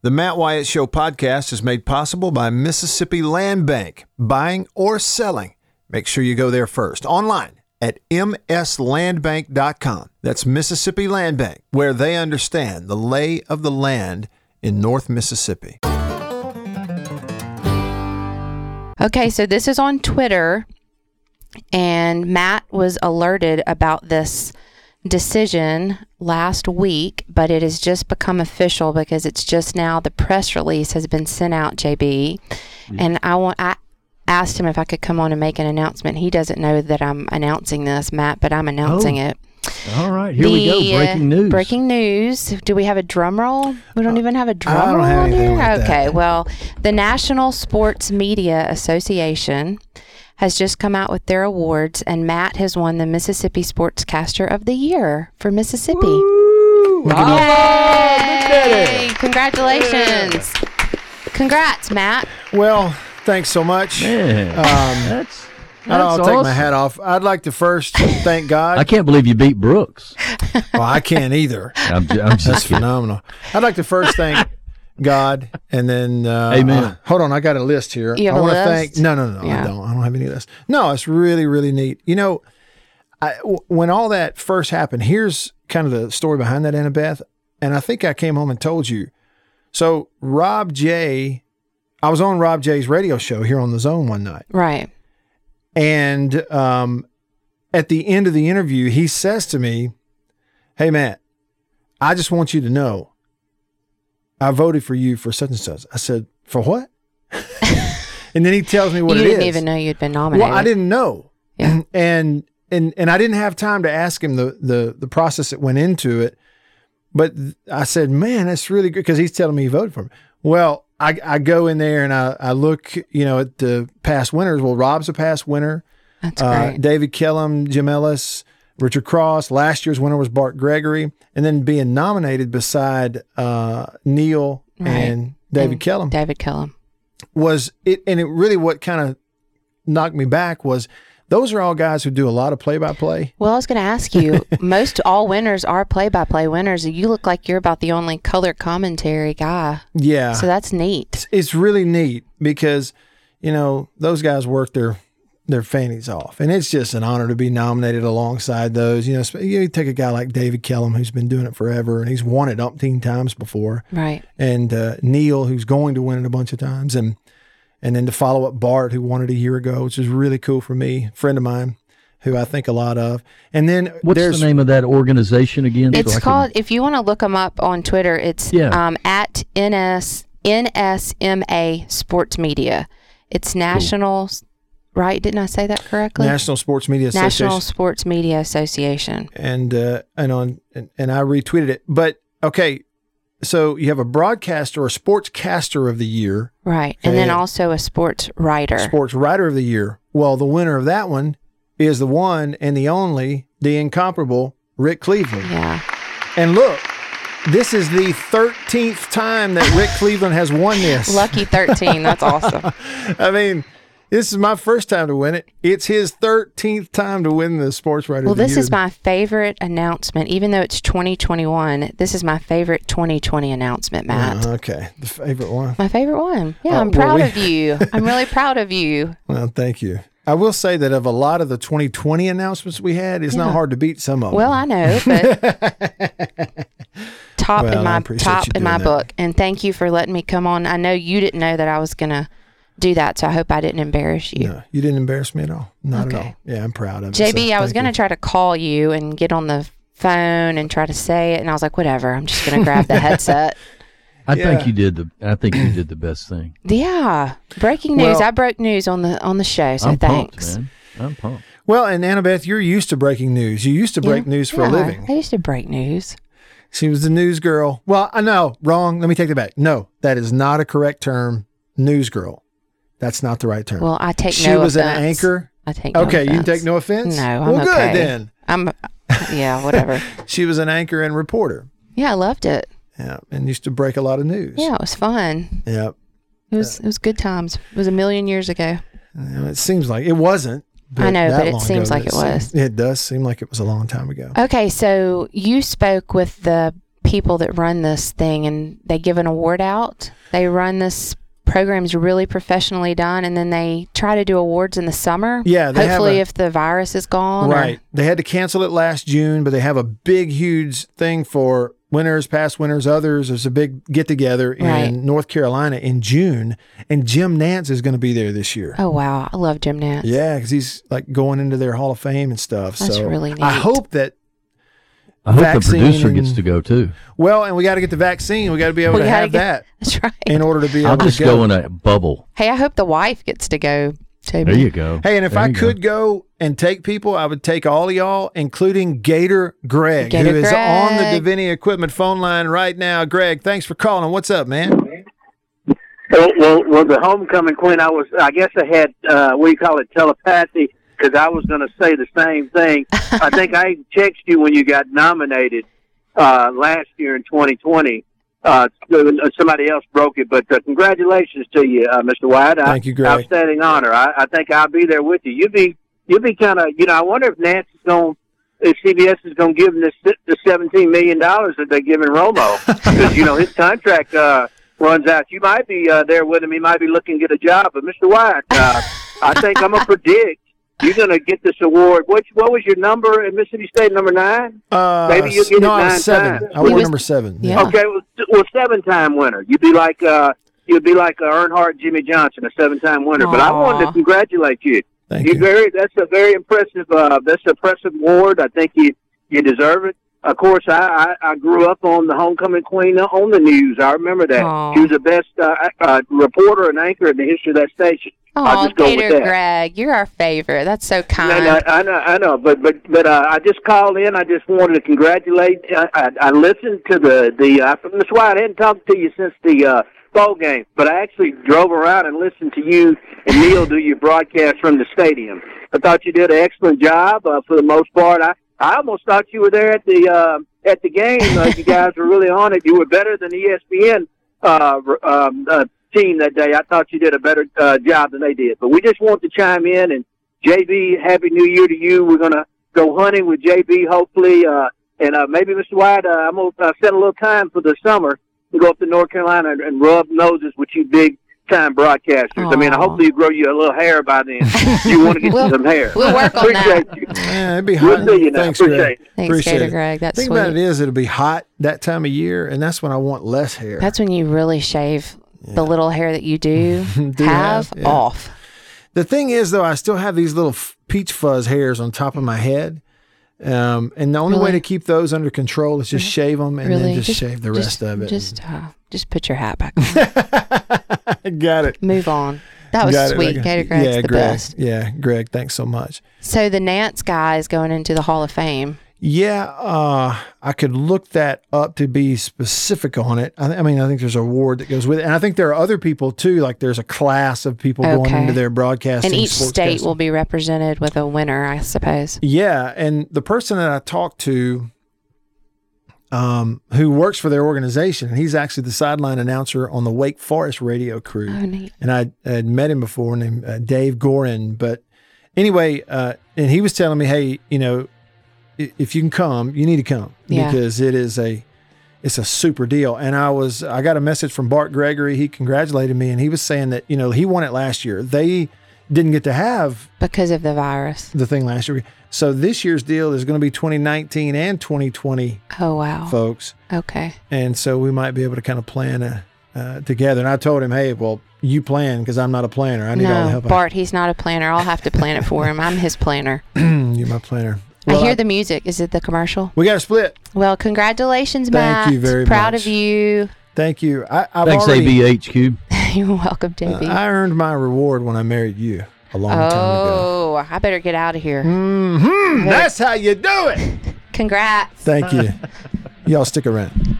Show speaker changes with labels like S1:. S1: The Matt Wyatt Show podcast is made possible by Mississippi Land Bank. Buying or selling, make sure you go there first. Online at mslandbank.com. That's Mississippi Land Bank, where they understand the lay of the land in North Mississippi.
S2: Okay, so this is on Twitter, and Matt was alerted about this decision last week, but it has just become official because it's just now the press release has been sent out, JB. And I want I asked him if I could come on and make an announcement. He doesn't know that I'm announcing this, Matt, but I'm announcing
S3: Oh.
S2: it.
S3: All right, here we
S2: The,
S3: go.
S2: uh,
S3: Breaking news.
S2: Breaking news. Do we have a drum roll? We don't even have a drum
S1: Uh, don't
S2: roll
S1: have
S2: on
S1: anything
S2: here.
S1: like that.
S2: okay. Well, the National Sports Media Association has just come out with their awards, and Matt has won the Mississippi Sportscaster of the Year for Mississippi. Yay! Congratulations. Congrats, Matt.
S1: Well, thanks so much.
S3: Yeah.
S1: Um,
S3: that's, that's
S1: I'll take my
S3: awesome.
S1: hat off. I'd like to first thank
S3: I
S1: God.
S3: can't believe you beat Brooks.
S1: well, I can't either.
S3: I'm, ju- I'm
S1: That's
S3: just kidding.
S1: phenomenal. I'd like to first thank God, and then uh,
S3: Amen.
S1: uh, hold on, I got a list here.
S2: You have
S1: I
S2: a
S1: wanna
S2: list?
S1: thank. No, no, no, I
S2: Yeah.
S1: don't. I don't have any list. No, it's really, really neat. You know, I w when all that first happened, here's kind of the story behind that, Annabeth. And I think I came home and told you. So Rob J, I was on Rob J's radio show here on the Zone one night.
S2: Right.
S1: And um, at the end of the interview, he says to me, Hey, Matt, I just want you to know I voted for you for such and such. I said, For what? and then he tells me what
S2: you
S1: it is.
S2: didn't even know you'd been nominated.
S1: well, I didn't know.
S2: Yeah.
S1: And and and I didn't have time to ask him the the the process that went into it. But th- I said, man, that's really good because he's telling me he voted for me. Well, I, I go in there and I, I look, you know, at the past winners. Well, Rob's a past winner.
S2: That's
S1: Uh,
S2: great.
S1: David Kellum, Jim Ellis, Richard Cross. Last year's winner was Bart Gregory, and then being nominated beside uh, Neil
S2: Right.
S1: and David
S2: And
S1: Kellum
S2: David Kellum.
S1: was it. And it really what kind of knocked me back was those are all guys who do a lot of play by play.
S2: Well, I was going to ask you. most all winners are play-by-play winners. You look like you're about the only color commentary guy,
S1: Yeah,
S2: so that's neat.
S1: it's, it's really neat because you know those guys work their their fannies off, and it's just an honor to be nominated alongside those. You know, sp- you take a guy like David Kellum who's been doing it forever, and he's won it umpteen times before.
S2: Right.
S1: and uh, Neil, who's going to win it a bunch of times, and and then to follow up Bart, who won it a year ago, which is really cool for me, friend of mine, who I think a lot of. And then
S3: What's
S1: there's
S3: the name of that organization again? so I
S2: It's
S3: can-
S2: called. If you want to look them up on Twitter, it's
S3: Yeah.
S2: um, at ns nsma sports media. It's national, right? Didn't I say that correctly?
S1: National Sports Media Association,
S2: National Sports Media Association.
S1: and uh, and on and, and I retweeted it. But okay, so you have a broadcaster or sportscaster of the year,
S2: Right. And then
S1: Yeah.
S2: also a sports writer.
S1: sports writer of the year. Well, the winner of that one is the one and the only, the incomparable Rick Cleveland.
S2: Yeah.
S1: And look, this is the 13th time that Rick Cleveland has won this.
S2: Lucky 13. That's awesome.
S1: I mean, this is my first time to win it. It's his 13th time to win the Sports Writer
S2: Well,
S1: of the
S2: this
S1: Year.
S2: is my favorite announcement, even though it's 2021. This is my favorite 2020 announcement, Matt.
S1: Uh, okay, the favorite one.
S2: My favorite one. Yeah,
S1: Oh,
S2: I'm
S1: well,
S2: proud
S1: we-
S2: of you. I'm really proud of you.
S1: Well, thank you. I will say that of a lot of the 2020 announcements we had, it's not hard to beat some of
S2: Well,
S1: them.
S2: I know, but top
S1: Well, I
S2: in my
S1: appreciate
S2: top
S1: you
S2: in
S1: doing
S2: my
S1: that.
S2: book. And thank you for letting me come on. I know you didn't know that I was gonna do that, so I hope I didn't embarrass you.
S1: No, you didn't embarrass me at all. Not at
S2: Okay.
S1: all. Yeah, I'm proud of it.
S2: JB, I was
S1: to.
S2: gonna try to call you and get on the phone and try to say it, and I was like, whatever. I'm just gonna grab the headset.
S3: I
S1: Yeah.
S3: think you did the. I think you did the best thing.
S2: Yeah, breaking news.
S1: Well-
S2: I broke news on the on the show, so
S3: I'm
S2: thanks.
S3: pumped, man. I'm pumped.
S1: Well, and Annabeth, you're used to breaking news. You used to break news for a
S2: Yeah,
S1: living.
S2: I used to break news.
S1: She was the news girl. Well, I know, wrong. Let me take that back. No, that is not a correct term. News girl. That's not the right term.
S2: Well, I take
S1: she
S2: no.
S1: was
S2: offense.
S1: an anchor.
S2: I take. No
S1: Okay, you
S2: offense.
S1: take no offense.
S2: No, I'm
S1: well,
S2: okay.
S1: good then.
S2: I'm. Yeah, whatever.
S1: She was an anchor and reporter.
S2: yeah, I loved it.
S1: Yeah, and used to break a lot of news.
S2: Yeah, it was fun.
S1: yeah.
S2: It was it was good times. It was a million years ago.
S1: Well, It seems like it wasn't.
S2: I know,
S1: that
S2: but it
S1: long
S2: seems
S1: ago,
S2: like it was.
S1: seemed- it does seem like it was a long time ago.
S2: Okay, so you spoke with the people that run this thing and they give an award out. They run this program's really professionally done and then they try to do awards in the summer.
S1: Yeah, they have
S2: Hopefully
S1: a-
S2: if the virus is gone. or-
S1: Right. They had to cancel it last June, but they have a big, huge thing for winners, past winners, others. There's a big get together in
S2: Right.
S1: North Carolina in June, and Jim Nance is going to be there this year.
S2: oh wow. I love Jim Nance.
S1: Yeah, because he's like going into their Hall of Fame and stuff.
S2: That's
S1: so
S2: really
S1: I
S2: neat.
S1: hope that.
S3: I hope
S1: Vaccine
S3: the producer gets
S1: and-
S3: to go too.
S1: Well, and we got to get the vaccine. We got to be able
S2: We
S1: to
S2: gotta
S1: have
S2: get-
S1: that
S2: That's right.
S1: in order to be.
S3: I'll
S1: able
S3: just
S1: to go.
S3: go in a bubble.
S2: Hey, I hope the wife gets to go too.
S3: There you go.
S1: Hey, and if
S3: There
S1: I
S3: you go.
S1: could go. and take people, I would take all of y'all, including Gator Greg,
S2: Gator
S1: who is on the
S2: Greg.
S1: Davini Equipment phone line right now. Greg, thanks for calling. What's up, man?
S4: Well, well, well, the homecoming queen. I was, I guess, I had uh, what do you call it, telepathy, because I was going to say the same thing. I think I texted you when you got nominated uh, last year in 2020. Uh, somebody else broke it, but uh, congratulations to you, uh, Mr. White. I-
S1: Thank you, Greg.
S4: Outstanding honor. I, I think I'll be there with you. You be, you be kind of, you know. I wonder if Nancy's going. If CBS is going to give him this, the seventeen million dollars that they're giving Romo, because you know his contract uh, runs out. You might be uh, there with him. He might be looking to get a job. But Mr. White, uh, I think I'm gonna predict you're gonna get this award. What what was your number at Mississippi State? Number nine.
S1: Uh,
S4: Maybe you'll get
S1: no,
S4: it
S1: I
S4: nine
S1: was seven.
S4: times.
S1: I
S2: He
S1: wore
S2: was-
S1: number seven.
S2: yeah.
S4: Okay, well, s- well, seven-time winner. You'd be like uh, you'd be like uh, Earnhardt, Jimmy Johnson, a seven-time winner. But I
S2: Aw.
S4: wanted to congratulate you.
S1: Thank
S4: you
S1: you.
S4: very that's a very impressive uh, that's an impressive award. I think you you deserve it. Of course, I, I I grew up on the homecoming queen on the news. I remember that
S2: Aw.
S4: she was the best uh, uh, reporter and anchor in the history of that station. I'll
S2: Oh,
S4: just go with
S2: Gator
S4: that.
S2: Greg, you're our favorite. That's so kind.
S4: And I, I know, I know, but but but uh, I just called in. I just wanted to congratulate. I, I, I listened to the the uh, Miss White. I hadn't talked to you since the uh, bowl game, but I actually drove around and listened to you and Neil do your broadcast from the stadium. I thought you did an excellent job uh, for the most part. I I almost thought you were there at the uh, at the game. Uh, you guys were really on it. You were better than E ESPN uh, r- um, uh, team that day. I thought you did a better uh, job than they did. But we just want to chime in and JB, happy new year to you. We're gonna go hunting with JB, hopefully, uh, and uh, maybe Mr. White. Uh, I'm gonna uh, set a little time for the summer to go up to North Carolina and, and rub noses with you big time broadcasters. I mean,
S2: Aw.
S4: hopefully, you grow you a little hair by then. you want to get
S2: We'll-
S4: you some hair?
S2: we'll work on
S4: Appreciate
S2: that.
S4: You.
S1: Yeah, it'd be hot.
S4: We'll see you now.
S1: Thanks,
S4: Appreciate
S1: Greg.
S4: it.
S2: Thanks,
S1: Appreciate
S2: Gator
S1: it.
S2: Greg. That's
S1: Think
S2: sweet.
S1: about it is it'll be hot that time of year, and that's when I want less hair.
S2: That's when you really shave the little hair that you do,
S1: Do
S2: have,
S1: have, yeah.
S2: off.
S1: the thing is, though, I still have these little f- peach fuzz hairs on top of my head. Um, and the only way to
S2: Really?
S1: keep those under control is just shave them and
S2: really,
S1: then just, shave the rest
S2: just-
S1: of it.
S2: Just, uh, just put your hat back. on.
S1: Got it.
S2: Move on. That was
S1: Got it.
S2: sweet.
S1: Okay.
S2: Gator Greg's
S1: yeah,
S2: the
S1: Greg.
S2: best.
S1: Yeah, Greg. Thanks so much.
S2: So the Nance guy is going into the Hall of Fame.
S1: Yeah, uh, I could look that up to be specific on it. I, th- I mean, I think there's a award that goes with it, and I think there are other people too. Like there's a class of people going
S2: Okay.
S1: into their broadcasting.
S2: and each state
S1: sportscasting.
S2: will be represented with a winner, I suppose.
S1: Yeah, and the person that I talked to, um, who works for their organization, and he's actually the sideline announcer on the Wake Forest radio crew.
S2: Oh, neat.
S1: and I had met him before, named uh, Dave Gorin. But anyway, uh, and he was telling me, hey, you know, i- if you can come, you need to come
S2: Yeah.
S1: because it is a it's a super deal. And I was I got a message from Bart Gregory. He congratulated me, and he was saying that you know he won it last year. They didn't get to have
S2: Because of the virus.
S1: the thing last year, so this year's deal is going to be 2019 and 2020,
S2: Oh, wow.
S1: folks.
S2: Okay.
S1: And so we might be able to kind of plan uh uh, together. And I told him, hey, well, you plan because I'm not a planner. I need all the
S2: No,
S1: help I
S2: Bart, he's not a planner. I'll have to plan it for him. I'm his planner.
S1: Hmm, You're my planner.
S2: I
S1: Well,
S2: hear the music. Is it the commercial?
S1: We got a split.
S2: Well, congratulations, Matt.
S1: Thank you very
S2: Proud
S1: much.
S2: of you.
S1: Thank you. I, I've
S3: Thanks,
S1: already,
S3: ABHQ.
S2: You're welcome, JB.
S1: I earned my reward when I married you Uh, a long time ago.
S2: oh, I better get out of here.
S1: Mm, that's how you do it.
S2: Congrats.
S1: Thank you. Y'all stick around.